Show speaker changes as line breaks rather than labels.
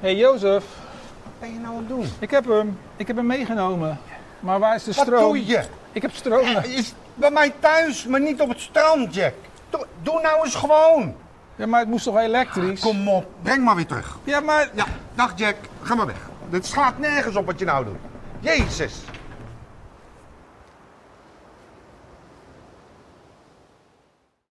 hey Jozef,
ben je nou aan het doen?
ik heb hem. Ik heb hem meegenomen. Maar waar is de
Wat
stroom?
doe je?
Ik heb stroom.
Hij Is bij mij thuis, maar niet op het strand, Jack. Doe, doe nou eens gewoon.
Ja, maar het moest toch elektrisch?
Kom op, breng maar weer terug.
Ja, maar...
Ja, dag Jack, ga maar weg. Dit slaat nergens op wat je nou doet. Jezus.